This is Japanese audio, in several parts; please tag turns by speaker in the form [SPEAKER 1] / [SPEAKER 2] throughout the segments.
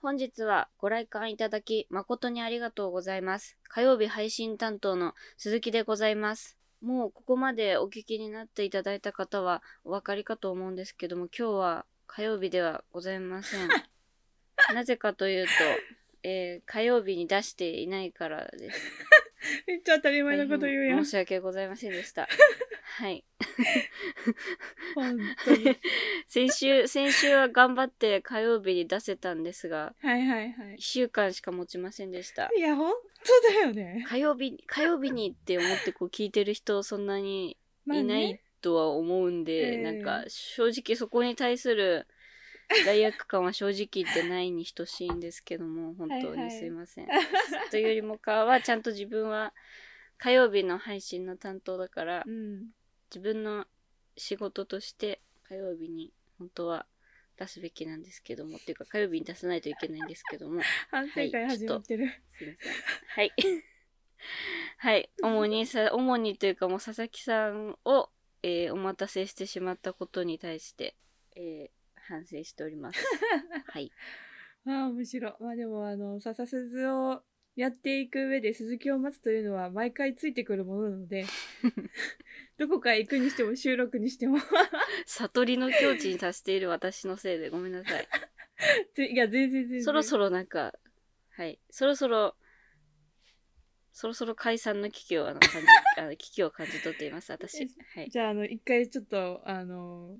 [SPEAKER 1] 本日はご来館いただき誠にありがとうございます。火曜日配信担当の鈴木でございます。もうここまでお聞きになっていただいた方はお分かりかと思うんですけども、今日は火曜日ではございませ ん。なぜかというと、えー火曜日に出していないからです。
[SPEAKER 2] めっちゃ当たり前のこと言うやん
[SPEAKER 1] 申。し訳ございませんで した。はい。
[SPEAKER 2] 本当 に。
[SPEAKER 1] 先週、先週は頑張って火曜日に出せたんですが、
[SPEAKER 2] はいはいはい
[SPEAKER 1] 1。週間しか持ちませんでした。
[SPEAKER 2] いや、本当だ よね。
[SPEAKER 1] 火曜日、火曜日にって思ってこう聞いてる人そんなに
[SPEAKER 2] まあ
[SPEAKER 1] い
[SPEAKER 2] ね
[SPEAKER 1] ないとは思うんで、
[SPEAKER 2] ええ
[SPEAKER 1] なんか正直そこに対す る罪悪感は正直言ってないに等しいんですけども、本当
[SPEAKER 2] はいは
[SPEAKER 1] に
[SPEAKER 2] い
[SPEAKER 1] すいません。というよりもかは、ちゃんと自分は火曜日の配信の担当だから
[SPEAKER 2] う、ん。
[SPEAKER 1] 自分の仕事として火曜日に本当は出すべきなんですけどもっていうか火曜日に出さないといけないんですけども
[SPEAKER 2] 反省会始まってる。
[SPEAKER 1] すいませんはいはい主にさ主にというかもう佐々木さんを、えーお待たせしてしまったことに対して、えー反省しておりますはい
[SPEAKER 2] ああ、むしろ。まあでも、あの、笹鈴をやっていく上で鈴木を待つというのは毎回ついてくるものな ので、どこかへ行くにしても収録にしても。
[SPEAKER 1] 悟りの境地に達している私のせいでごめんなさい
[SPEAKER 2] ついいや、全然全然。
[SPEAKER 1] そろそ
[SPEAKER 2] ろ。
[SPEAKER 1] ろなんか、はい、そろそろ、そろそろ解散の危機をあの感じあの危機を感じ取っています、私。はい、
[SPEAKER 2] じゃあ、あの、一回ちょっと、あの、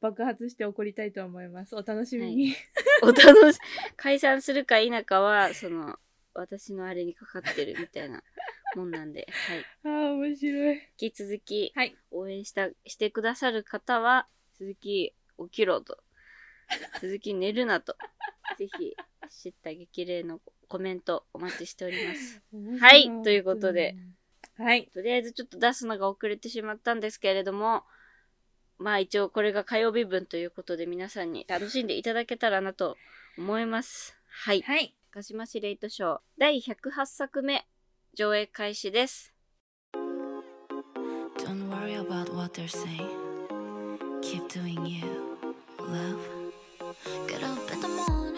[SPEAKER 2] 爆発して怒りたいと思います。お楽しみに。
[SPEAKER 1] お楽し解散するか否かは、その、私のあれにかかってるみたいなもんなんで、はい、
[SPEAKER 2] ああ、面白い。
[SPEAKER 1] 引き続き
[SPEAKER 2] はい。
[SPEAKER 1] 応援したしてくださる方は、鈴木起きろと、鈴木寝るなと、ぜひ、知った激励のコメントお待ちしております。はいということで。
[SPEAKER 2] はい。
[SPEAKER 1] とりあえずちょっと出すのが遅れてしまったんですけれども、まあ一応これが火曜日分ということで皆さんに楽しんでいただけたらなと思います。はい。
[SPEAKER 2] はい。
[SPEAKER 1] 鹿島市レイトショー第108作目上映開始です。
[SPEAKER 3] Don't worry about what they're saying. Keep doing you, love. Get up in the morning.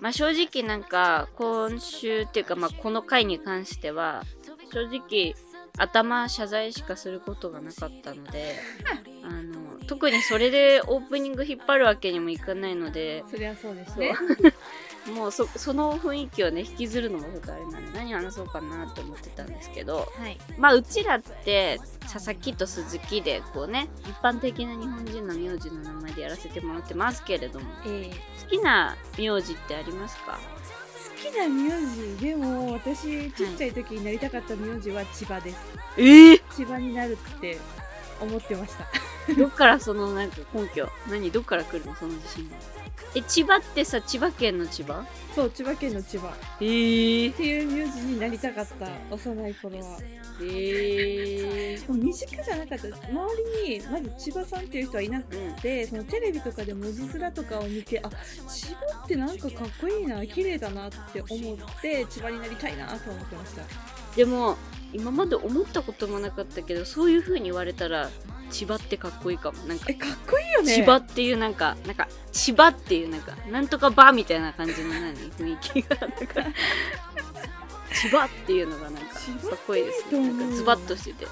[SPEAKER 1] まあ正直なんか今週っていうかまあこの回に関しては正直頭謝罪しかすることがなかったの で、あの特にそれでオープニング引っ張るわけにもいかないので、
[SPEAKER 2] そりゃそうです
[SPEAKER 1] そう
[SPEAKER 2] ね。
[SPEAKER 1] もうそその雰囲気をね引きずるのもちょっとあれなんで何話そうかなと思ってたんですけど
[SPEAKER 2] はい。
[SPEAKER 1] まあうちらって佐々木と鈴木でこうね一般的な日本人の名字の名前でやらせてもらってますけれども
[SPEAKER 2] えー、
[SPEAKER 1] 好きな名字ってありますか
[SPEAKER 2] 好きな名字でも私ちっちゃい時になりたかった名字は千葉です。
[SPEAKER 1] ええ
[SPEAKER 2] 千葉になるって思って ました。
[SPEAKER 1] どっからそのなんか根拠何どっから来るのその自信はえ千葉ってさ千葉県の千葉
[SPEAKER 2] そう千葉県の千葉っ
[SPEAKER 1] ええ
[SPEAKER 2] ていう名字になりたかった幼い頃は。
[SPEAKER 1] ええ
[SPEAKER 2] でも身近じゃなかった。周りにまず千葉さんっていう人はいなく
[SPEAKER 1] うん
[SPEAKER 2] て、そのテレビとかで文字面とかを見て、あ、千葉ってなんかかっこいいな、綺麗だなって思って千葉になりたいなと思ってました。
[SPEAKER 1] でも今まで思ったこともなかったけどそういう風に言われたら千葉ってかっこいいかもなんか、
[SPEAKER 2] え、かっこいいよね。
[SPEAKER 1] 千葉っていうなんかなんか千葉っていうなんかなんとかバーみたいな感じの何雰囲気がなんか千葉っていうのがなんかか
[SPEAKER 2] 千葉
[SPEAKER 1] っこいいですね
[SPEAKER 2] いいと思
[SPEAKER 1] な
[SPEAKER 2] うん
[SPEAKER 1] かズバッとしてて
[SPEAKER 2] ズ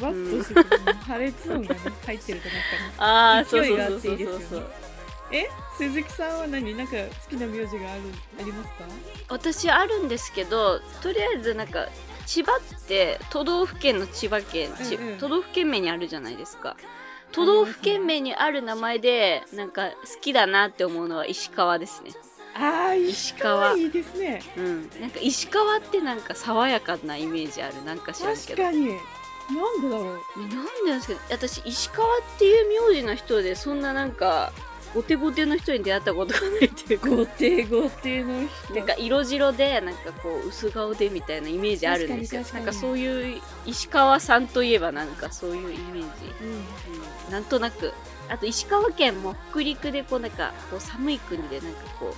[SPEAKER 2] バッとしてる、破裂音が、ね、入ってるとなんか
[SPEAKER 1] ああ
[SPEAKER 2] ー
[SPEAKER 1] そうそう
[SPEAKER 2] 勢いが
[SPEAKER 1] そ
[SPEAKER 2] あ
[SPEAKER 1] う
[SPEAKER 2] っ
[SPEAKER 1] そ
[SPEAKER 2] ていういです
[SPEAKER 1] そ
[SPEAKER 2] よ
[SPEAKER 1] う
[SPEAKER 2] ねえ鈴木さんは何なんか好きな名字があるありますか
[SPEAKER 1] 私あるんですけどとりあえずなんか千葉って都道府県の千葉県、ち
[SPEAKER 2] うんうん
[SPEAKER 1] 都道府県名にあるじゃないですか都道府県名にある名前でなんか好きだなって思うのは石川ですね
[SPEAKER 2] ああ
[SPEAKER 1] 石川
[SPEAKER 2] いいですね
[SPEAKER 1] うんなんか石川ってなんか爽やかなイメージあるなんか知らんけ
[SPEAKER 2] 確
[SPEAKER 1] ど
[SPEAKER 2] かになんでだろう
[SPEAKER 1] えなんでなんですか私石川っていう名字の人でそんななんかゴテゴテの人に出会ったことがないっていうか
[SPEAKER 2] 豪邸豪邸の人
[SPEAKER 1] なんか色白でなんかこう薄顔でみたいなイメージあるんですよ
[SPEAKER 2] 確か
[SPEAKER 1] なん
[SPEAKER 2] に確かに
[SPEAKER 1] かそういう石川さんといえばなんかそういうイメージ、
[SPEAKER 2] うん
[SPEAKER 1] うん、なんとなくあと石川県も北陸でこうなんかこう寒い国でなんかこう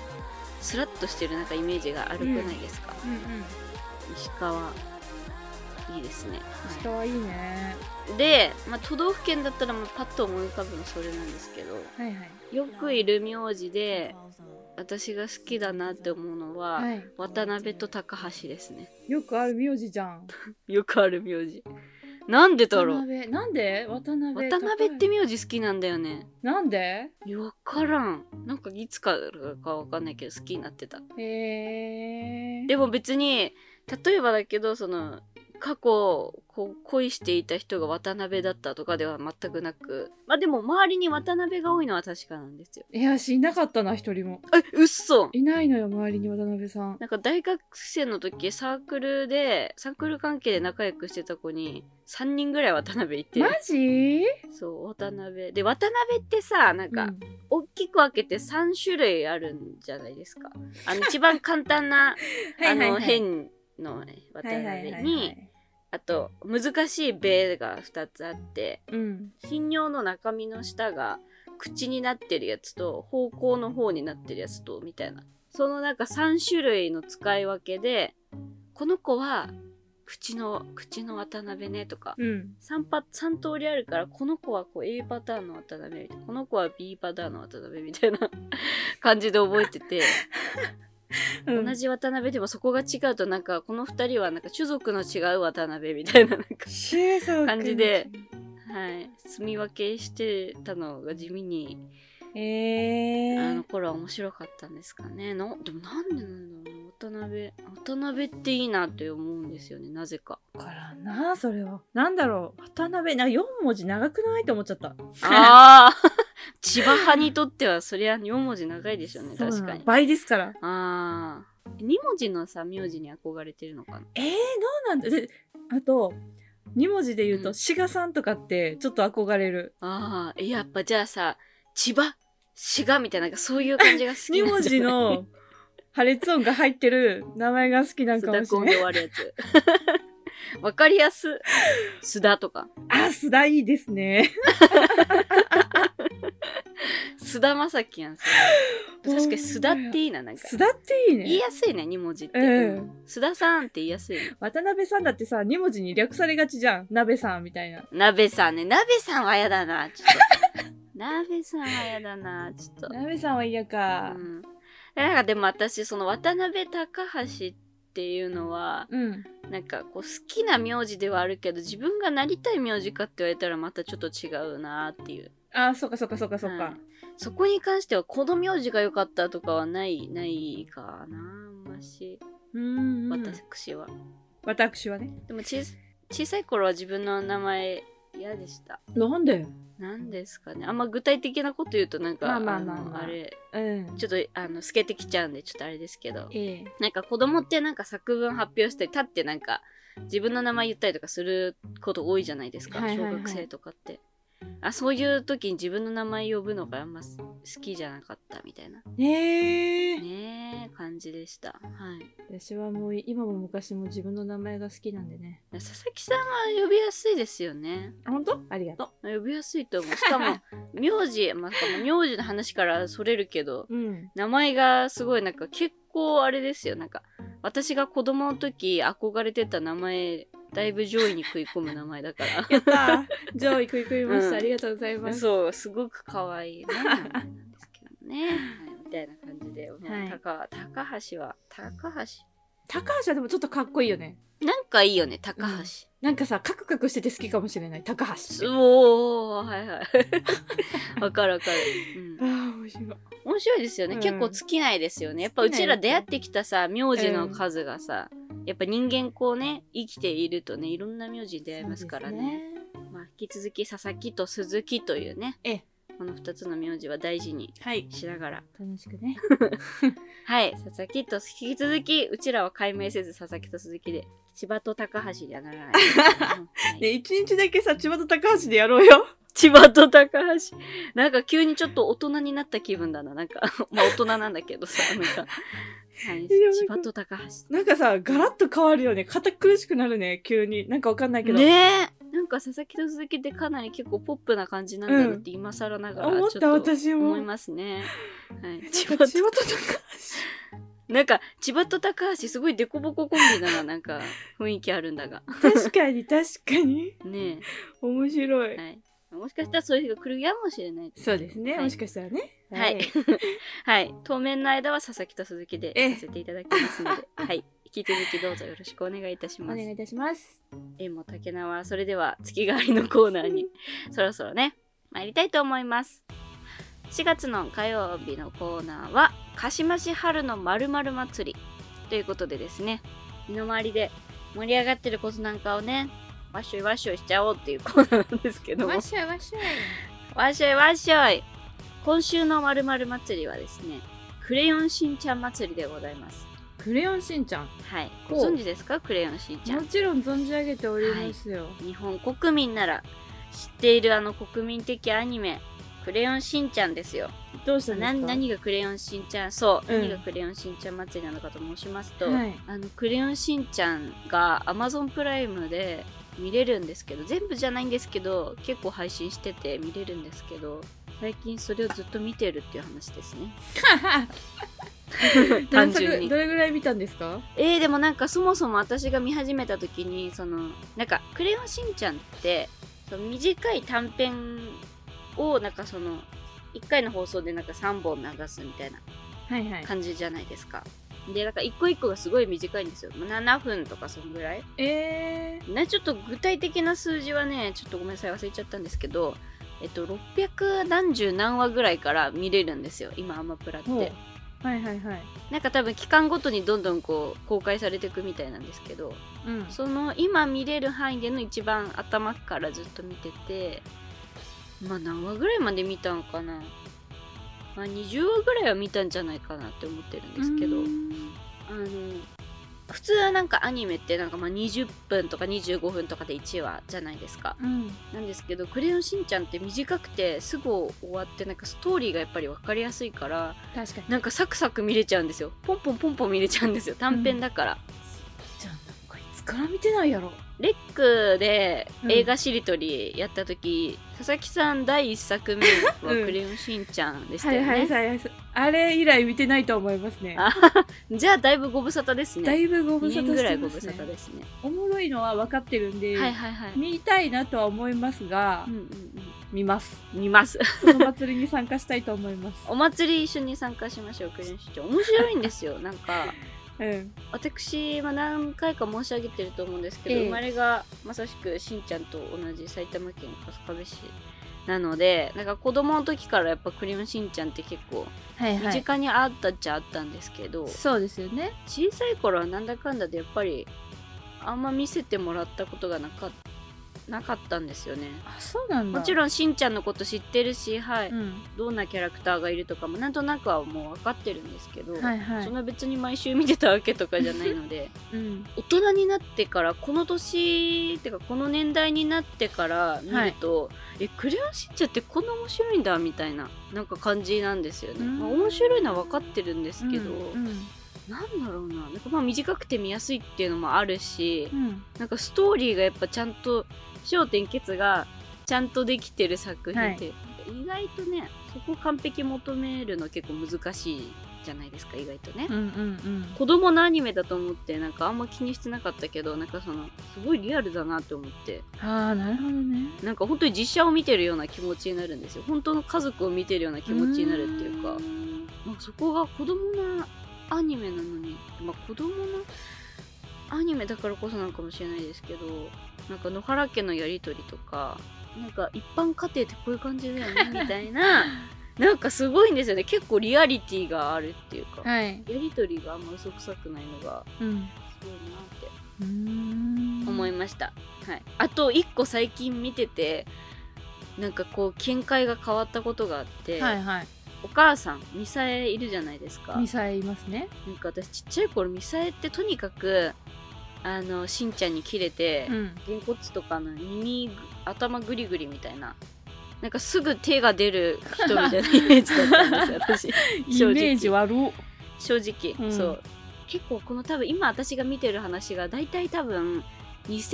[SPEAKER 1] スラッとしてるなんかイメージがあるくないですか、
[SPEAKER 2] うんうん
[SPEAKER 1] 石川いいですね、
[SPEAKER 2] 石川いいね
[SPEAKER 1] で、まあ、都道府県だったらもうパッと思い浮かぶのそれなんですけど
[SPEAKER 2] はいはい
[SPEAKER 1] よくいる名字で私が好きだなって思うのは、
[SPEAKER 2] はい。
[SPEAKER 1] 渡辺と高橋ですね
[SPEAKER 2] よくある名字じゃん。
[SPEAKER 1] よくある名字なんでだ
[SPEAKER 2] 渡
[SPEAKER 1] ろう
[SPEAKER 2] 辺。なんで渡辺。
[SPEAKER 1] 渡辺って
[SPEAKER 2] 高
[SPEAKER 1] 名字好きなんだよね
[SPEAKER 2] 橋なんで
[SPEAKER 1] いやわからんなんかいつからかわかんないけど好きになってた
[SPEAKER 2] へえ。
[SPEAKER 1] でも別に例えばだけどその過去こう恋していた人が渡辺だったとかでは全くなくまあでも周りに渡辺が多いのは確かなんですよ
[SPEAKER 2] いや、しいなかったな、一人も。
[SPEAKER 1] えうっそ
[SPEAKER 2] いないのよ、周りに渡辺さん。
[SPEAKER 1] なんか大学生の時サークルでサークル関係で仲良くしてた子に3人ぐらい渡辺いて
[SPEAKER 2] マジ
[SPEAKER 1] そう渡辺で渡辺ってさなんか、
[SPEAKER 2] うん
[SPEAKER 1] 大きく分けて3種類あるんじゃないですかあの一番簡単 なあの変の渡
[SPEAKER 2] はいはいはい
[SPEAKER 1] 辺
[SPEAKER 2] はい
[SPEAKER 1] にあと難しい「べ」が2つあって
[SPEAKER 2] うん。
[SPEAKER 1] 頻尿の中身の下が口になってるやつと方向の方になってるやつとみたいなそのなんか3種類の使い分けでこの子は口の口の渡辺ねとか
[SPEAKER 2] うん。
[SPEAKER 1] 3, パ3通りあるからこの子はこう A パターンの渡辺みたいなこの子は B パターンの渡辺みたいな 感じで覚えてて
[SPEAKER 2] うん
[SPEAKER 1] 同じ渡辺でもそこが違うとなんかこの2人はなんか種族の違う渡辺みたいななんか
[SPEAKER 2] 周作君
[SPEAKER 1] 感じで。はい、住み分けしてたのが地味に、
[SPEAKER 2] え
[SPEAKER 1] あ
[SPEAKER 2] ー
[SPEAKER 1] の。頃は面白かったんですかねのでもなんでなんだろうな渡辺渡辺っていいなって思うんですよねなぜ か
[SPEAKER 2] わからんな、それは。なんだろう。渡辺、なんか4文字長くないと思っちゃった。
[SPEAKER 1] ああ 千葉派にとってはそりゃ4文字長いですよね
[SPEAKER 2] そうな
[SPEAKER 1] 確
[SPEAKER 2] の
[SPEAKER 1] かに
[SPEAKER 2] 倍ですから。
[SPEAKER 1] ああ2文字のさ名字に憧れてるのかな
[SPEAKER 2] えー、どうなんだ。であと、2文字で言う
[SPEAKER 1] う
[SPEAKER 2] と、
[SPEAKER 1] ん
[SPEAKER 2] 志賀さんとかって、ちょっと憧れる。
[SPEAKER 1] ああやっぱじゃあさ千葉滋賀みたいななんかそういう感じが好き
[SPEAKER 2] 2
[SPEAKER 1] な
[SPEAKER 2] 文
[SPEAKER 1] んじ
[SPEAKER 2] 字
[SPEAKER 1] ゃない
[SPEAKER 2] の破裂音が入ってる名前が好きなん
[SPEAKER 1] 須
[SPEAKER 2] か
[SPEAKER 1] 田
[SPEAKER 2] もしれ
[SPEAKER 1] コンで
[SPEAKER 2] ない。
[SPEAKER 1] 終わるやつ わかりやす須田とか
[SPEAKER 2] あ、須田いいですね。
[SPEAKER 1] 須田まさきやんそれ確かに須田っていいななんか
[SPEAKER 2] 須田っていいね。
[SPEAKER 1] 言いやすいね2文字って、
[SPEAKER 2] うん
[SPEAKER 1] うん須田さんって言いやすいね
[SPEAKER 2] 渡辺さんだってさ、2文字に略されがちじゃん。鍋さんみたいな。
[SPEAKER 1] 鍋さんね鍋さんはやだなちょっと鍋さんはやだなちょっと
[SPEAKER 2] 鍋さんは嫌か
[SPEAKER 1] う。ん、なんかでも私その渡辺高橋っていうのは
[SPEAKER 2] うん。
[SPEAKER 1] なんかこう好きな名字ではあるけど自分がなりたい名字かって言われたらまたちょっと違うなっていう
[SPEAKER 2] あ、そっかそっかそっかそっ
[SPEAKER 1] う
[SPEAKER 2] か
[SPEAKER 1] ん。そこに関してはこの名字が良かったとかはないないかなあんまし
[SPEAKER 2] うんうん。
[SPEAKER 1] 私は、
[SPEAKER 2] 私はね。
[SPEAKER 1] でも小小さい頃は自分の名前嫌でした
[SPEAKER 2] なんで
[SPEAKER 1] 何ですかねあんま具体的なこと言うとなんか
[SPEAKER 2] まあまあまあまあ
[SPEAKER 1] のれ
[SPEAKER 2] うん。
[SPEAKER 1] ちょっとあの透けてきちゃうんでちょっとあれですけど
[SPEAKER 2] ええ。
[SPEAKER 1] なんか子供ってなんか作文発表したり立ってなんか自分の名前言ったりとかすること多いじゃないですか、
[SPEAKER 2] はいはいはい
[SPEAKER 1] 小学生とかってあそういう時に自分の名前呼ぶのがあんま好きじゃなかったみたいな
[SPEAKER 2] ねえ。
[SPEAKER 1] ねえ感じでしたはい
[SPEAKER 2] 私はもう今も昔も自分の名前が好きなんでね。
[SPEAKER 1] 佐々木さんは呼びやすいですよね
[SPEAKER 2] 本当ありがと
[SPEAKER 1] 呼びやすいと思うしか も名字まあしかも名字の話からそれるけど
[SPEAKER 2] う。うん。
[SPEAKER 1] 名前がすごいなんか結構あれですよなんか私が子供の時憧れてた名前だいぶ上位に食い込む名前だか
[SPEAKER 2] やったー。 上位食い食いました。
[SPEAKER 1] うん
[SPEAKER 2] ありがとうございま
[SPEAKER 1] ら
[SPEAKER 2] す。
[SPEAKER 1] そうすごく可愛いね名前なんですけどね、はい、みたいな感じで、もう
[SPEAKER 2] はい
[SPEAKER 1] 高高橋は高橋
[SPEAKER 2] 高橋はでもちょっとかっこいいよね。
[SPEAKER 1] なんかいいよね高橋、
[SPEAKER 2] うんなんかさ、カクカクしてて好きかもしれない。高橋って。
[SPEAKER 1] おおはいはい わかるわかる、うん
[SPEAKER 2] ああ、面白い。
[SPEAKER 1] 面白いですよね、
[SPEAKER 2] うん
[SPEAKER 1] 結構尽きないですよねやっぱう
[SPEAKER 2] 尽き
[SPEAKER 1] ちら
[SPEAKER 2] ない
[SPEAKER 1] 出会ってきたさ名字の数がさ、やっぱ人間こうね生きているとねいろんな名字に出会いますからね
[SPEAKER 2] そうですね
[SPEAKER 1] まあ、引き続き佐々木と鈴木というね
[SPEAKER 2] ええ
[SPEAKER 1] この2つの名字は大事に
[SPEAKER 2] はい。
[SPEAKER 1] しながら
[SPEAKER 2] 楽しくね。
[SPEAKER 1] はい佐々木と引き続きうちらは解明せず佐々木と鈴木で千葉と高橋にはならない、うん はい
[SPEAKER 2] ね、一日だけさ、千葉と高橋でやろうよ。
[SPEAKER 1] 千葉と高橋なんか急にちょっと大人になった気分だななんか まあ大人なんだけどさなんか、はい、
[SPEAKER 2] や
[SPEAKER 1] 千葉と高橋
[SPEAKER 2] なんかさ、ガラッと変わるよね。堅苦しくなるね、急に。なんかわかんないけど。
[SPEAKER 1] ねえなんか佐々木と鈴木ってかなり結構ポップな感じなんだなっ
[SPEAKER 2] うん
[SPEAKER 1] て今更ながら
[SPEAKER 2] 思っ
[SPEAKER 1] ち
[SPEAKER 2] た、
[SPEAKER 1] ょっと
[SPEAKER 2] 私も。
[SPEAKER 1] 思いますね、はい、千
[SPEAKER 2] な
[SPEAKER 1] 葉
[SPEAKER 2] んか
[SPEAKER 1] と
[SPEAKER 2] 千葉と高
[SPEAKER 1] なんか千葉と高橋すごいデコボココンビだななん か雰囲気あるんだが
[SPEAKER 2] 橋。確かに、確かに。
[SPEAKER 1] ね
[SPEAKER 2] 面白い。
[SPEAKER 1] えはいもしかしたらそういう日が来るやもしれない。
[SPEAKER 2] そうですね、
[SPEAKER 1] はい
[SPEAKER 2] もしかしたらね。
[SPEAKER 1] はい。 はい。当面の間は佐々木と鈴木で
[SPEAKER 2] ええ
[SPEAKER 1] させていただきますの で、はい。引き続きどうぞよろしくお願いいたし
[SPEAKER 2] お
[SPEAKER 1] ま
[SPEAKER 2] 願
[SPEAKER 1] す
[SPEAKER 2] い。いたします。
[SPEAKER 1] 縁も竹縄、それでは月替わりのコーナー にそろそろね、参りたいと思います。4月の火曜日のコーナーは、鹿島市春の〇〇祭りということでですね、身の回りで盛り上がってることなんかをね、わっしょいわっしょいしちゃおうっていうコーナーなんですけども。
[SPEAKER 2] しょいわっしょい。
[SPEAKER 1] わっしょいわっしょい今週のまるまる祭りはですね、クレヨンしんちゃん祭りでございます。
[SPEAKER 2] クレヨンしんちゃん。
[SPEAKER 1] はい。
[SPEAKER 2] ほう
[SPEAKER 1] ご存知ですかクレヨンしんちゃ
[SPEAKER 2] も
[SPEAKER 1] ん。
[SPEAKER 2] ちろん存じ上げておりますよ。
[SPEAKER 1] 日本国民なら知っているあの国民的アニメ、クレヨンしんちゃんですよ。
[SPEAKER 2] どうしたんです
[SPEAKER 1] な
[SPEAKER 2] か
[SPEAKER 1] 何がクレヨンしんちゃん、そう、
[SPEAKER 2] うん
[SPEAKER 1] 何がクレヨンしんちゃん祭りなのかと申しますと、
[SPEAKER 2] はい、
[SPEAKER 1] あのクレヨンしんちゃんが Amazon プライムで見れるんですけど全部じゃないんですけど結構配信してて見れるんですけど最近それをずっと見てるっていう話ですね単
[SPEAKER 2] 何
[SPEAKER 1] 純
[SPEAKER 2] 作
[SPEAKER 1] に
[SPEAKER 2] どれぐらい見たんですか
[SPEAKER 1] えー、でもなんかそもそも私が見始めた時にそのなんか「クレヨンしんちゃん」ってその短い短編をなんかその1回の放送でなんか3本流すみたいな
[SPEAKER 2] はいはい
[SPEAKER 1] 感じじゃないですかでなんか1個1個がすごい短いんですよもう7分とかそんぐらい
[SPEAKER 2] えー、
[SPEAKER 1] ね、ちょっと具体的な数字はね、ちょっとごめんなさい、忘れちゃったんですけど、えっと、600何十何話ぐらいから見れるんですよ、今、アマプラっ
[SPEAKER 2] ほ
[SPEAKER 1] て。
[SPEAKER 2] うはいはいはい
[SPEAKER 1] なんか多分、期間ごとにどんどんこう公開されていくみたいなんですけど、
[SPEAKER 2] うん
[SPEAKER 1] その今見れる範囲での一番頭からずっと見てて、まあ、何話ぐらいまで見たんかな。まあ、20話ぐらいは見たんじゃないかなって思ってるんですけど。あの普通はなんかアニメってなんかまあ20分とか25分とかで1話じゃないですか
[SPEAKER 2] うん
[SPEAKER 1] なんですけど「クレヨンしんちゃん」って短くてすぐ終わってなんかストーリーがやっぱり分かりやすいから
[SPEAKER 2] 確かに
[SPEAKER 1] なんかサクサク見れちゃうんですよポンポンポンポン見れちゃうんですよ短編だから、
[SPEAKER 2] じゃあなんかいつから見てないやろ
[SPEAKER 1] レックで
[SPEAKER 2] うん
[SPEAKER 1] 映画しりとりやった時、佐々木さん第1作目は
[SPEAKER 2] う
[SPEAKER 1] 「
[SPEAKER 2] ん
[SPEAKER 1] クレヨンしんちゃん」でした
[SPEAKER 2] は
[SPEAKER 1] よ
[SPEAKER 2] い
[SPEAKER 1] ね、
[SPEAKER 2] はいはいはいあれ以来見てないと思いますね
[SPEAKER 1] あじゃあだいぶご無沙汰ですね
[SPEAKER 2] だいぶご無沙
[SPEAKER 1] 2年
[SPEAKER 2] 汰
[SPEAKER 1] ぐ
[SPEAKER 2] し
[SPEAKER 1] ら
[SPEAKER 2] て
[SPEAKER 1] いご
[SPEAKER 2] ま
[SPEAKER 1] 無
[SPEAKER 2] す
[SPEAKER 1] 沙汰
[SPEAKER 2] ね
[SPEAKER 1] ですね
[SPEAKER 2] おもろいのは分かってるんで、
[SPEAKER 1] はいはいはい、
[SPEAKER 2] 見たいなとは思いますが、
[SPEAKER 1] うんうんうん
[SPEAKER 2] 見 ます
[SPEAKER 1] 見ます。
[SPEAKER 2] この祭りに参加したいと思います
[SPEAKER 1] お祭り一緒に参加しましょう、クレヨンしんちゃん。面白いんです よ。なんか、
[SPEAKER 2] うん
[SPEAKER 1] 私は何回か申し上げてると思うんですけど、
[SPEAKER 2] ええ
[SPEAKER 1] 生まれがまさしくしんちゃんと同じ埼玉県春日部市なので、なんか子供の時からやっぱクレヨンしんちゃんって結構
[SPEAKER 2] はい
[SPEAKER 1] 身近にあったっちゃあったんですけど、
[SPEAKER 2] そうですよね
[SPEAKER 1] 小さい頃はなんだかんだでやっぱりあんま見せてもらったことがなかなかったんですよね。
[SPEAKER 2] あそうなんだ
[SPEAKER 1] もちろんしんちゃんのこと知ってるし、はい。
[SPEAKER 2] うん
[SPEAKER 1] どんなキャラクターがいるとかもなんとなくはもう分かってるんですけど、
[SPEAKER 2] はいはい
[SPEAKER 1] そんな別に毎週見てたわけとかじゃないの で
[SPEAKER 2] うん
[SPEAKER 1] 大人になってからこの年っていうかこの年代になってから見ると「えクレヨンしんちゃんってこんな面白いんだ」みたいななんか感じなんですよね。
[SPEAKER 2] うん
[SPEAKER 1] まあ、面白いのは分かってるんですけど、
[SPEAKER 2] うんうん
[SPEAKER 1] なんだろうななんかまあ短くて見やすいっていうのもあるし
[SPEAKER 2] う、ん
[SPEAKER 1] なんかストーリーがやっぱちゃんと焦点結がちゃんとできてる作品って、意外とねそこ完璧求めるの結構難しいじゃないですか意外とね、
[SPEAKER 2] うんうん
[SPEAKER 1] 子供のアニメだと思ってなんかあんま気にしてなかったけどなんかそのすごいリアルだなって思って
[SPEAKER 2] うんああなるほどね
[SPEAKER 1] なんか本当に実写を見てるような気持ちになるんですよ本当の家族を見てるような気持ちになるっていうか
[SPEAKER 2] ーん
[SPEAKER 1] なんかそこが子供のアニメなのに、まあ、子供のアニメだからこそなのかもしれないですけどなんか野原家のやり取りとかなんか一般家庭ってこういう感じだよねみたい ななんかすごいんですよね結構リアリティがあるっていうか、
[SPEAKER 2] はい
[SPEAKER 1] やり取りがあんま嘘くさくないのが
[SPEAKER 2] う
[SPEAKER 1] すご
[SPEAKER 2] ん
[SPEAKER 1] いなって
[SPEAKER 2] うーん
[SPEAKER 1] 思いました、はい、あと一個最近見ててなんかこう見解が変わったことがあって、
[SPEAKER 2] はいはい
[SPEAKER 1] お母さんミサエいるじゃないですか
[SPEAKER 2] ミサイいますね
[SPEAKER 1] なんか私ちっちゃい頃ミサエってとにかくあのしんちゃんにキレて、
[SPEAKER 2] ん
[SPEAKER 1] げんこつとかの耳ぐ頭グリグリみたいななんかすぐ手が出る人みたいなイメージだったんですよ
[SPEAKER 2] イ
[SPEAKER 1] 正直
[SPEAKER 2] メージ悪っ
[SPEAKER 1] 私正直、
[SPEAKER 2] うん
[SPEAKER 1] そう結構この多分今私が見てる話が大体多分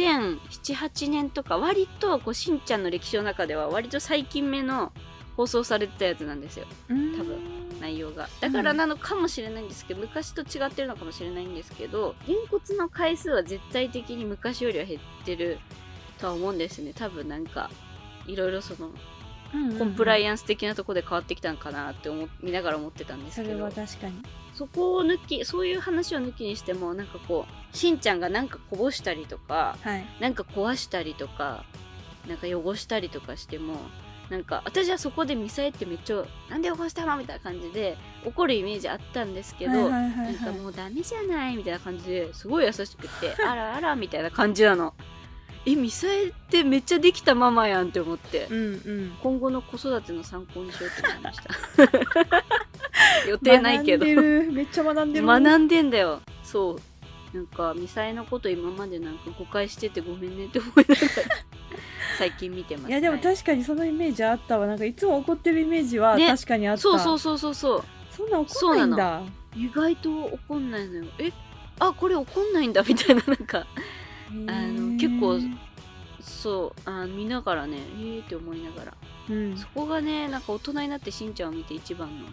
[SPEAKER 1] 2007-8年とか割とこうしんちゃんの歴史の中では割と最近目の放送されてたやつなんですよ
[SPEAKER 2] 多
[SPEAKER 1] 多
[SPEAKER 2] 分
[SPEAKER 1] 内容がだからなのかもしれないんですけど、昔と違ってるのかもしれないんですけどげんこつの回数は絶対的に昔よりは減ってるとは思うんですね多分なんかいろいろその
[SPEAKER 2] うんうん
[SPEAKER 1] コンプライアンス的なとこで変わってきたんかなって思見ながら思ってたんです
[SPEAKER 2] そ
[SPEAKER 1] け
[SPEAKER 2] れ
[SPEAKER 1] ど
[SPEAKER 2] は確かに
[SPEAKER 1] そこを抜きそういう話を抜きにしてもなんかこうしんちゃんがなんかこぼしたりとか
[SPEAKER 2] はい
[SPEAKER 1] なんか壊したりとかなんか汚したりとかしてもなんか私はそこでミサイってめっちゃ「なんで汚したの?」みたいな感じで怒るイメージあったんですけど、
[SPEAKER 2] はいはいはい
[SPEAKER 1] な
[SPEAKER 2] は
[SPEAKER 1] ん
[SPEAKER 2] い
[SPEAKER 1] かもうダメじゃないみたいな感じですごい優しくて 「あらあら」みたいな感じなの。えミサイってめっちゃできたママやんって思って。
[SPEAKER 2] うんうん
[SPEAKER 1] 今後の子育ての参考にしようと思いました 予定ないけど
[SPEAKER 2] 学んでるめっちゃ学んでる
[SPEAKER 1] 学んでんだよそうなんかミサイのこと今までなんか誤解しててごめんねって思い ながら最近見てます
[SPEAKER 2] いやでも
[SPEAKER 1] はい
[SPEAKER 2] 確かにそのイメージあったわなんかいつも怒ってるイメージは
[SPEAKER 1] ね
[SPEAKER 2] 確かにあった、
[SPEAKER 1] そうそう
[SPEAKER 2] そ
[SPEAKER 1] そうそうそうん
[SPEAKER 2] な怒んないんだ
[SPEAKER 1] 意外と怒んないのよえあこれ怒んないんだみたいななんかなの
[SPEAKER 2] へー
[SPEAKER 1] あの結構そうあ見ながらねえーって思いながら
[SPEAKER 2] うん
[SPEAKER 1] そこがねなんか大人になってしんちゃんを見て一番の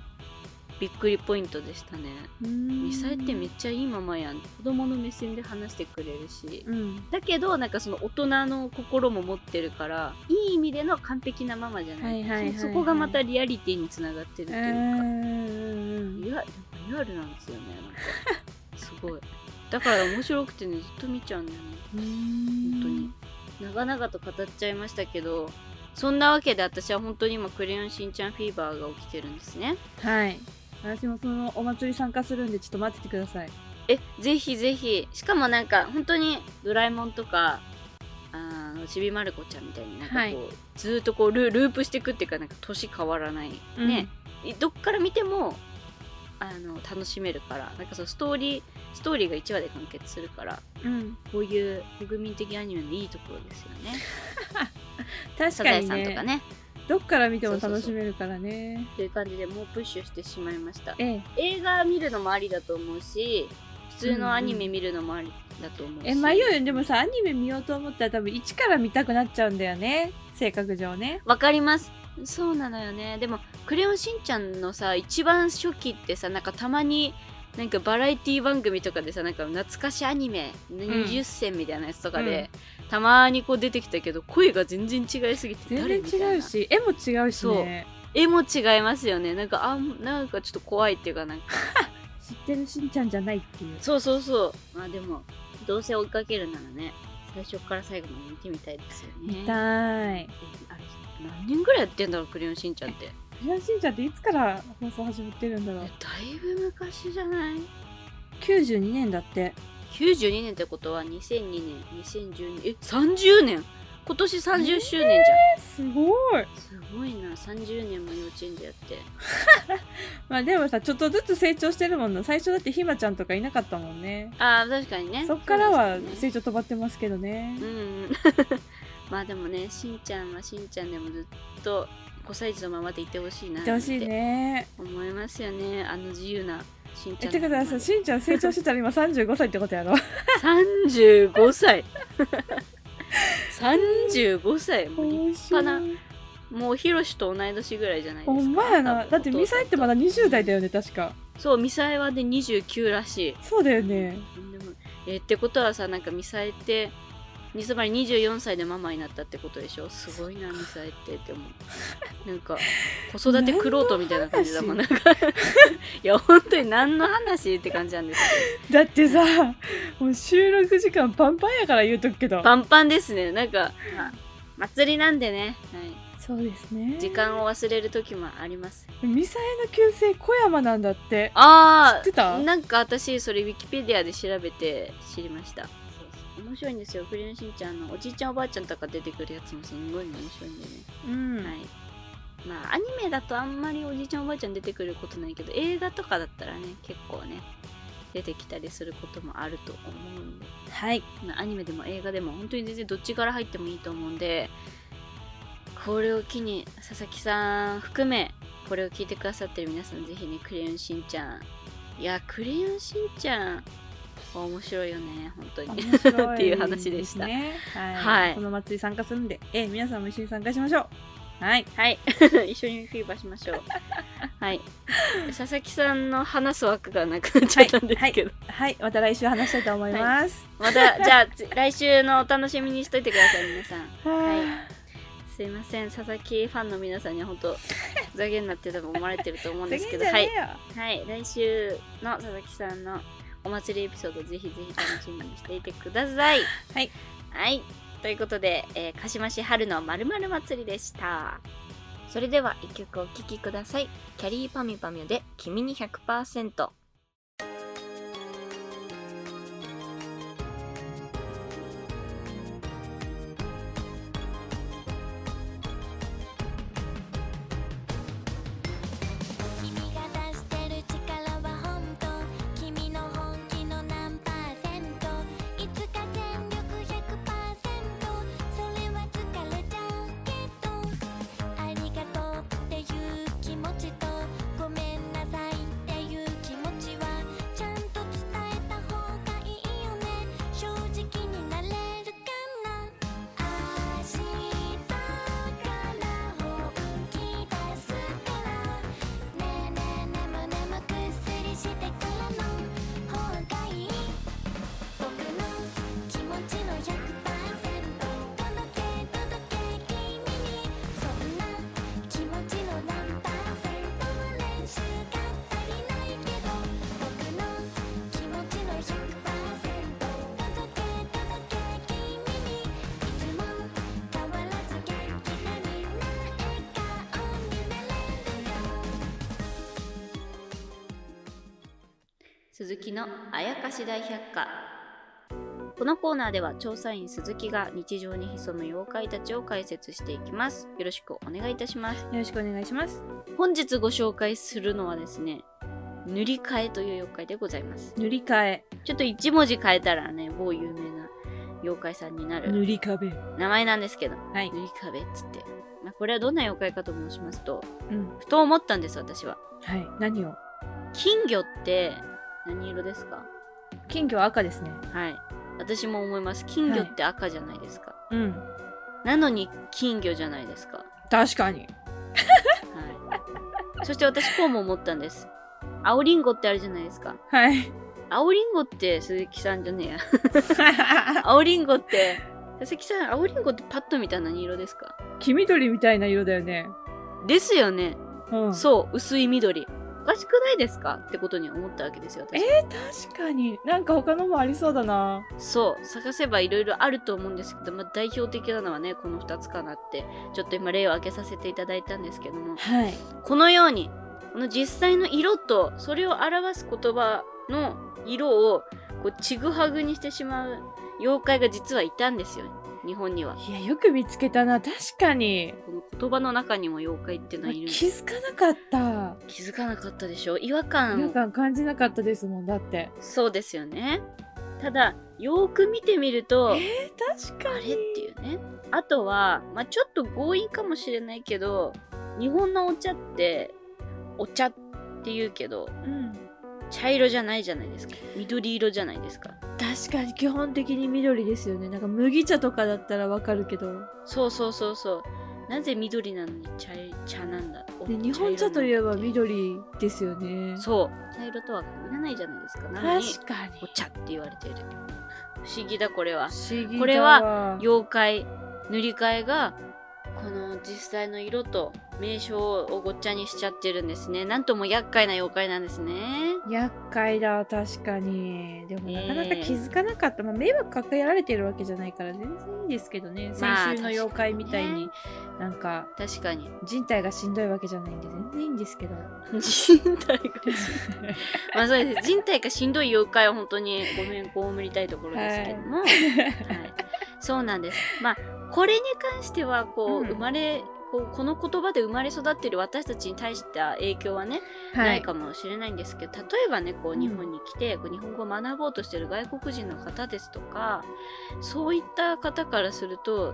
[SPEAKER 1] びっくりポイントでしたねミ
[SPEAKER 2] ミ
[SPEAKER 1] サイってめっちゃいいママやん子供の目線で話してくれるし
[SPEAKER 2] うん
[SPEAKER 1] だけどなんかその大人の心も持ってるからいい意味での完璧なママじゃない,そ、
[SPEAKER 2] はいはいはいはい
[SPEAKER 1] そこがまたリアリティにつながってると
[SPEAKER 2] う
[SPEAKER 1] い
[SPEAKER 2] ん
[SPEAKER 1] う
[SPEAKER 2] う
[SPEAKER 1] か、
[SPEAKER 2] ん
[SPEAKER 1] リアなんかリアルなんですよねなんかすごいだから面白くてねずっと見ちゃうんだよね本当に長々と語っちゃいましたけどそんなわけで私は本当に今「クレヨンしんちゃんフィーバー」が起きてるんですね
[SPEAKER 2] はい私もそのお祭り参加するんでちょっと待っててください
[SPEAKER 1] えぜひぜひしかもなんか本当にドラえもんとかあーちびまる子ちゃんみたいになんかこう、
[SPEAKER 2] はい
[SPEAKER 1] ずーっとこうルループしていくっていうかなんか年変わらない、
[SPEAKER 2] うん
[SPEAKER 1] ねいどっから見てもあの楽しめるからなんかそのストーリーストーリーが1話で完結するから
[SPEAKER 2] うん
[SPEAKER 1] こういう国民的アニメのいいところですよね。
[SPEAKER 2] 確
[SPEAKER 1] サ
[SPEAKER 2] か
[SPEAKER 1] ザエ
[SPEAKER 2] に
[SPEAKER 1] さんと
[SPEAKER 2] ね
[SPEAKER 1] かね。
[SPEAKER 2] どっから見ても
[SPEAKER 1] そうそうそう
[SPEAKER 2] 楽しめるからね
[SPEAKER 1] という感じでもうプッシュしてしまいました。
[SPEAKER 2] ええ
[SPEAKER 1] 映画見るのもありだと思うし普通のアニメ見るのもありだと思うし。
[SPEAKER 2] え迷うよでもさアニメ見ようと思ったら多分一から見たくなっちゃうんだよね性格上ね
[SPEAKER 1] わかりますそうなのよねでも「クレヨンしんちゃん」のさ一番初期ってさなんかたまになんかバラエティ番組とかでさなんか懐かしアニメ20選みたいなやつとかで、たまにこう出てきたけど声が全然違いすぎて
[SPEAKER 2] 全
[SPEAKER 1] 誰みたいな
[SPEAKER 2] 然違うし絵も違うしね
[SPEAKER 1] 絵も違いますよねなんかあんなんかちょっと怖いっていうかなんか
[SPEAKER 2] 知ってるしんちゃんじゃないっていう
[SPEAKER 1] そうそうそうまあでもどうせ追いかけるならね最初から最後まで見てみたいですよね
[SPEAKER 2] 見たい
[SPEAKER 1] えあれ何年ぐらいやってんだろうクレヨンしんちゃんって
[SPEAKER 2] クレヨンしんちゃんっていつから放送始まってるんだろ
[SPEAKER 1] だ
[SPEAKER 2] う
[SPEAKER 1] いぶ昔じゃない
[SPEAKER 2] 92年だって
[SPEAKER 1] 92年ってことは2002年2012え30年今年30周年じゃん、
[SPEAKER 2] えすごい
[SPEAKER 1] すごいな30年も幼稚園でやって
[SPEAKER 2] まあでもさちょっとずつ成長してるもんな最初だってひまちゃんとかいなかったもんね
[SPEAKER 1] ああ確かにね
[SPEAKER 2] そっからは
[SPEAKER 1] そうですよね
[SPEAKER 2] 成長止まってますけどね
[SPEAKER 1] うんうん まあでもねしんちゃんはしんちゃんでもずっと5歳児のままでいてほしいな
[SPEAKER 2] 言ってほしいね
[SPEAKER 1] 思いますよねあの自由なしんち
[SPEAKER 2] え
[SPEAKER 1] ゃん
[SPEAKER 2] て
[SPEAKER 1] の
[SPEAKER 2] か
[SPEAKER 1] まま
[SPEAKER 2] さ
[SPEAKER 1] で
[SPEAKER 2] しんちゃん成長してたら今35歳ってこ とやろ
[SPEAKER 1] 35歳 35歳もうい
[SPEAKER 2] 面白い
[SPEAKER 1] なもうひろしと同い年ぐらいじゃないですか
[SPEAKER 2] ほんまや
[SPEAKER 1] 多
[SPEAKER 2] な
[SPEAKER 1] 分
[SPEAKER 2] だってミサイってまだ20代だよね確か
[SPEAKER 1] そう、ミサイはで29らしい。
[SPEAKER 2] そうだよね
[SPEAKER 1] とんでもないえーってことはさ、なんかミサイって、につまり24歳でママになったってことでしょすごいな、ミサイってって思う。なんか、子育てくろうとみたいな感じだもん。なんか いや、本当に何の話って感じなんですけ
[SPEAKER 2] だってさもう収録時間パンパンやから言うとくけど
[SPEAKER 1] ど。パンパンですね。なんか、まあ祭りなんでね、はい、
[SPEAKER 2] そうですね
[SPEAKER 1] 時間を忘れる時もあります。
[SPEAKER 2] ミサイの旧姓小山なんだって
[SPEAKER 1] ああ
[SPEAKER 2] 知ってた
[SPEAKER 1] なんか私それウィキペディアで調べて知りました面白いんですよクレヨンしんちゃんのおじいちゃんおばあちゃんとか出てくるやつもすんごい面白いんでね、
[SPEAKER 2] うん
[SPEAKER 1] はいまあアニメだとあんまりおじいちゃんおばあちゃん出てくることないけど映画とかだったらね結構ね出てきたりすることもあると思うんで、
[SPEAKER 2] はい
[SPEAKER 1] まあアニメでも映画でも本当に全然どっちから入ってもいいと思うんでこれを機に佐々木さん含めこれを聞いてくださってる皆さんぜひね「クレヨンしんちゃん」いや「クレヨンしんちゃん」は面白いよね本当に
[SPEAKER 2] 面白
[SPEAKER 1] っていう話でした
[SPEAKER 2] すねはい、
[SPEAKER 1] はい
[SPEAKER 2] この祭り参加するんで、ええ皆さんも一緒に参加しましょう。はい。
[SPEAKER 1] はい 一緒にフィーバーしましょうはい佐々木さんの話す枠がなくなっちゃったんですけど、
[SPEAKER 2] はい、また来週話したいと思います。
[SPEAKER 1] またじゃあつ来週のお楽しみにしといてください皆さん
[SPEAKER 2] はいい。
[SPEAKER 1] すいません佐々木ファンの皆さんには 本当ふざけんなって多分思われてると思うんですけど
[SPEAKER 2] ふ
[SPEAKER 1] は
[SPEAKER 2] ざけん
[SPEAKER 1] い
[SPEAKER 2] じゃねえよ
[SPEAKER 1] はい、来週の佐々木さんのお祭りエピソードぜひぜひ楽しみにしていてください。
[SPEAKER 2] はい、
[SPEAKER 1] はい、ということで、えー、鹿島市春のまるまる祭りでした。それでは一曲お聴きください。キャリーパミュパミュで君に100%。
[SPEAKER 3] 君が出してる力は本当君の本気の何パーセントいつか全力100%それは疲れちゃうけどありがとうっていう気持ちとごめんなさいっていう気持ちはちゃんと伝えた方がいいよね正直になれるかな明日から本気出すから「ねえねえねむねむくすりしてからのほうがいい」「僕の気持ちの100%届け届け君に」「そんな気持ちの何パーセントは練習が足りないけど」「僕の気持ちの100%届け届け君に」「いつも変わらず元気なみんな笑顔になれるよ」
[SPEAKER 1] 鈴木のあやかし大百科このコーナーでは調査員鈴木が日常に潜む妖怪たちを解説していきます。よろしくお願いいたします。
[SPEAKER 2] よろしくお願いします
[SPEAKER 1] 本日ご紹介するのはですね塗り替えという妖怪でございます
[SPEAKER 2] 塗り替え
[SPEAKER 1] ちょっと一文字変えたらね某有名な妖怪さんになる
[SPEAKER 2] り壁は
[SPEAKER 1] 名前なんですけど
[SPEAKER 2] い
[SPEAKER 1] 塗り壁っつって、まあ、これはどんな妖怪かと申しますと
[SPEAKER 2] うん
[SPEAKER 1] ふと思ったんです私は
[SPEAKER 2] はい何を
[SPEAKER 1] 金魚って何色ですか
[SPEAKER 2] 金魚は赤ですね
[SPEAKER 1] はい私も思います金魚って赤じゃないですか、
[SPEAKER 2] うん
[SPEAKER 1] なのに金魚じゃないですか
[SPEAKER 2] 確かに
[SPEAKER 1] はいそして私こうも思ったんです青りんごってあるじゃないですか
[SPEAKER 2] はい
[SPEAKER 1] 青りんごって鈴木さんじゃねえや 青りんごって佐々木さん青りんごってパッと見たら何色ですか
[SPEAKER 2] 黄緑みたいな色だよね
[SPEAKER 1] ですよね、
[SPEAKER 2] うん
[SPEAKER 1] そう薄い緑おかしくないですかってことに思ったわけですよ私
[SPEAKER 2] え確かになんか他のもありそうだな
[SPEAKER 1] そう探せばいろいろあると思うんですけど、まあ、代表的なのはねこの2つかなってちょっと今例を挙げさせていただいたんですけども
[SPEAKER 2] はい
[SPEAKER 1] このようにこの実際の色とそれを表す言葉の色をこうちぐはぐにしてしまう妖怪が実はいたんですよ日本にはい
[SPEAKER 2] やよく見つけたな確かに、
[SPEAKER 1] この言葉の中にも妖怪っていうのはいる
[SPEAKER 2] 気づかなかった
[SPEAKER 1] 気づかなかったでしょ違和
[SPEAKER 2] 違
[SPEAKER 1] 感
[SPEAKER 2] 和感感じなかったですもんだって
[SPEAKER 1] そうですよねただよーく見てみると
[SPEAKER 2] えー、確
[SPEAKER 1] あ
[SPEAKER 2] か
[SPEAKER 1] れっ
[SPEAKER 2] に
[SPEAKER 1] ていうねあとは、まあ、ちょっと強引かもしれないけど日本のお茶ってお茶って言うけど
[SPEAKER 2] うん、
[SPEAKER 1] 茶色じゃないじゃないですか緑色じゃないですか
[SPEAKER 2] 確かに基本的に緑ですよねなんか麦茶とかだったらわかるけど、
[SPEAKER 1] そうそうそうそうなぜ緑なのに茶い茶なんだお
[SPEAKER 2] ね、日本茶といえば
[SPEAKER 1] 茶色なんだ
[SPEAKER 2] 緑ですよね
[SPEAKER 1] そう茶色とは限らないじゃないですかなのに
[SPEAKER 2] 確かに
[SPEAKER 1] お茶って言われている不思議だこれは
[SPEAKER 2] 不思議だわ
[SPEAKER 1] これは妖怪塗り替えがこの実際の色と名称をごっちゃにしちゃってるんですねなんとも厄介な妖怪なんですね
[SPEAKER 2] 厄介だわ確かにでも
[SPEAKER 1] ね
[SPEAKER 2] な
[SPEAKER 1] え
[SPEAKER 2] かなか気づかなかった、まあ、迷惑かけられてるわけじゃないから全然いいですけどね
[SPEAKER 1] まあ
[SPEAKER 2] 先週の妖怪みたいに、
[SPEAKER 1] 確
[SPEAKER 2] なんか
[SPEAKER 1] 確か に
[SPEAKER 2] 人体がしんどいわけじゃないんで全然いいんですけど
[SPEAKER 1] 人体がまあそうです人体がしんどい妖怪は本当に ごめんこうむりたいところですけども、はいそうなんですまあこれに関してはこう、
[SPEAKER 2] うん
[SPEAKER 1] 生まれこうこの言葉で生まれ育ってる私たちに対した影響はね、
[SPEAKER 2] は
[SPEAKER 1] ないかもしれないんですけど例えばねこ
[SPEAKER 2] う
[SPEAKER 1] うん日本に来て、こう日本語を学ぼうとしてる外国人の方ですとかそういった方からすると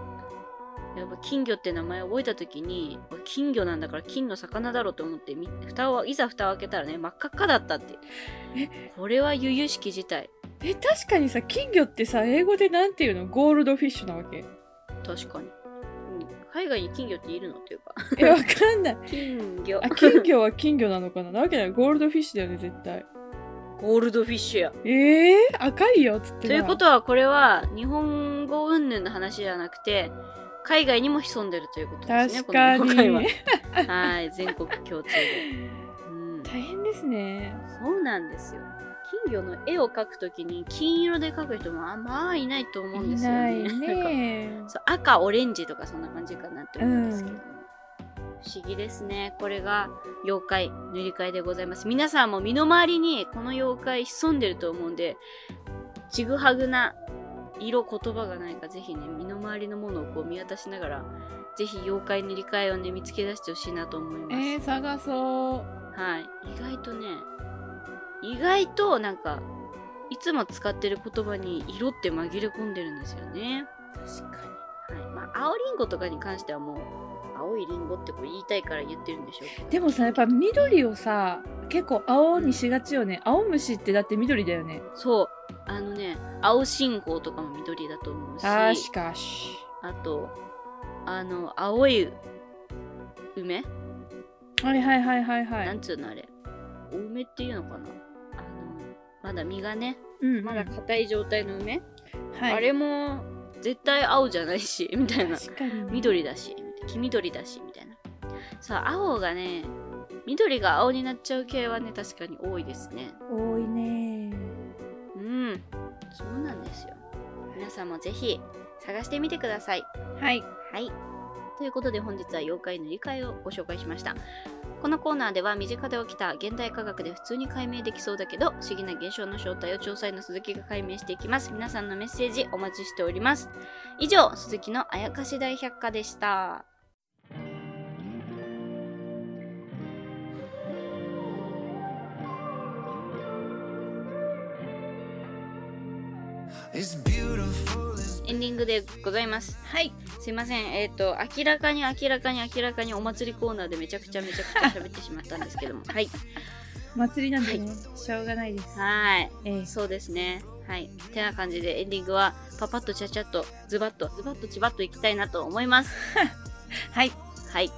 [SPEAKER 1] やっぱ金魚って名前を覚えた時に金魚なんだから金の魚だろうと思ってみ蓋をいざ蓋を開けたらね真っ赤っかだったってこれは由々しき事態
[SPEAKER 2] え確かにさ金魚ってさ英語でなんていうのゴールドフィッシュなわけ
[SPEAKER 1] 確かに、うん海外に金魚っているのっていうか
[SPEAKER 2] えわかんない
[SPEAKER 1] 金魚
[SPEAKER 2] あ金魚は金魚なのかななわけないゴールドフィッシュだよね絶対
[SPEAKER 1] ゴールドフィッシュや
[SPEAKER 2] えー、赤いよっつって
[SPEAKER 1] ということはこれは日本語云々の話じゃなくて海外にも潜んでるということですね
[SPEAKER 2] 確か
[SPEAKER 1] この
[SPEAKER 2] に
[SPEAKER 1] 妖怪は はい全国共通で、うん、
[SPEAKER 2] 大変ですね
[SPEAKER 1] そうなんですよ金魚の絵を描くときに金色で描く人もあまあいないと思うんで
[SPEAKER 2] い
[SPEAKER 1] すよ
[SPEAKER 2] な
[SPEAKER 1] ね
[SPEAKER 2] い
[SPEAKER 1] なんか
[SPEAKER 2] ね
[SPEAKER 1] そう赤オレンジとかそんな感じかなって思うんですけども、不思議ですねこれが妖怪塗り替えでございます皆さんも身の回りにこの妖怪潜んでると思うんでちぐはぐな色言葉がないかぜひね身の回りのものをこう見渡しながらぜひ妖怪塗り替えをね見つけ出してほしいなと思います、
[SPEAKER 2] えー、探そう
[SPEAKER 1] はい意外とね意外となんかいつも使ってる言葉に色って紛れ込んでるんですよね
[SPEAKER 2] 確か
[SPEAKER 1] はいまあ、青りんごとかに関してはもう青いりんごってこう言いたいから言ってるんでしょうけど
[SPEAKER 2] にでもさやっぱ緑をさ結構青にしがちよね、青虫ってだって緑だよね
[SPEAKER 1] そうあのね青信号とかも緑だと思うしあ
[SPEAKER 2] 確かし
[SPEAKER 1] とあの青い梅、
[SPEAKER 2] はいはいはいはいは
[SPEAKER 1] ないんつうのあれお梅っていうのかなあのまだ実がね
[SPEAKER 2] うんうん
[SPEAKER 1] まだ硬い状態の梅、
[SPEAKER 2] はい
[SPEAKER 1] あれも絶対青じゃないし みたいな
[SPEAKER 2] 確かにね
[SPEAKER 1] 緑だし黄緑だしみたいなさあ青がね緑が青になっちゃう系はね確かに多いですね
[SPEAKER 2] 多いね
[SPEAKER 1] うんそうなんですよ皆さんもぜひ探してみてください
[SPEAKER 2] はい
[SPEAKER 1] はいということで本日は妖怪塗り替えをご紹介しましたこのコーナーでは身近で起きた現代科学で普通に解明できそうだけど不思議な現象の正体を調査員の鈴木が解明していきます皆さんのメッセージお待ちしております以上鈴木のあやかし大百科でしたエンディングでございます。
[SPEAKER 2] はい
[SPEAKER 1] すいません。えっ、と、明らかに明らかに明らかにお祭りコーナーでめちゃくちゃめちゃくちゃ喋ってしまったんですけ ども。はい。
[SPEAKER 2] 祭りなんでね、しょうがないです
[SPEAKER 1] は
[SPEAKER 2] え
[SPEAKER 1] ーい。そうですね。はい。てな感じでエンディングはパパッとチャチャッとズバッとズバッとチバッといきたいなと思います。
[SPEAKER 2] はい
[SPEAKER 1] はい。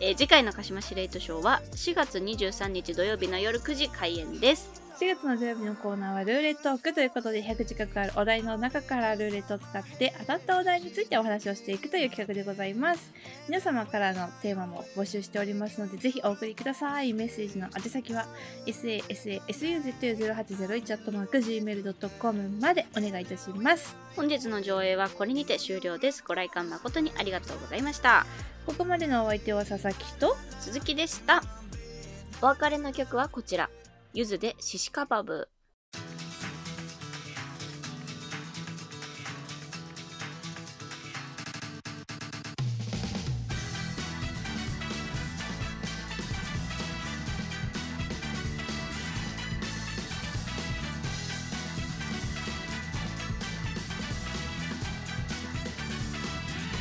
[SPEAKER 1] えー次回の鹿島シレイトショーは4月23日土曜日の夜9時開演です。
[SPEAKER 2] 4月の土曜日のコーナーはルーレットトークということで100近くあるお題の中からルーレットを使って当たったお題についてお話をしていくという企画でございます皆様からのテーマも募集しておりますのでぜひお送りくださいメッセージの宛先は sasasuzu0801-gmail.com までお願いいたします
[SPEAKER 1] 本日の上映はこれにて終了です。ご来館誠にありがとうございました。
[SPEAKER 2] ここまでのお相手は佐々木と
[SPEAKER 1] 鈴木でしたお別れの曲はこちらゆずでシシカバブ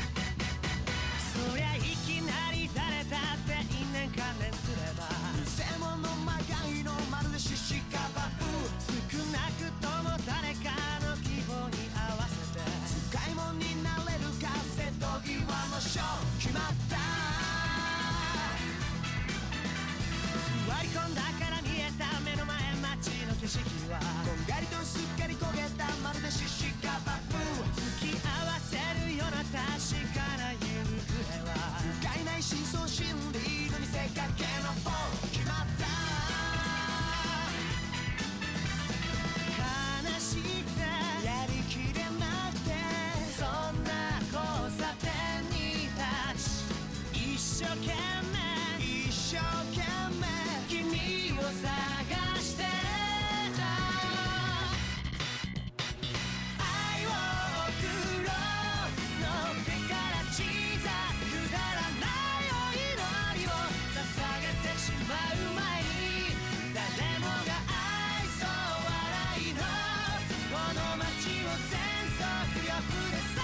[SPEAKER 4] そりゃいきなり誰だって因縁関連すれば偽物まがいのまるでシシカバブ少なくとも誰かの希望に合わせて使い物になれるか瀬戸際のショー決まった座り込んだから見えた目の前街の景色はこんがりとすっかり焦げたまるでシシカバブ付き合わせるような確かな行方は不甲斐ない真相心理の見せかけのフォー決まった悲しくてやりきれなくてそんな交差点に立ち一生懸命一生懸命君を探してた愛を送ろうの手から小さくだらないお祈りを捧げてしまう前に誰もが愛想笑いのこの街を全速力で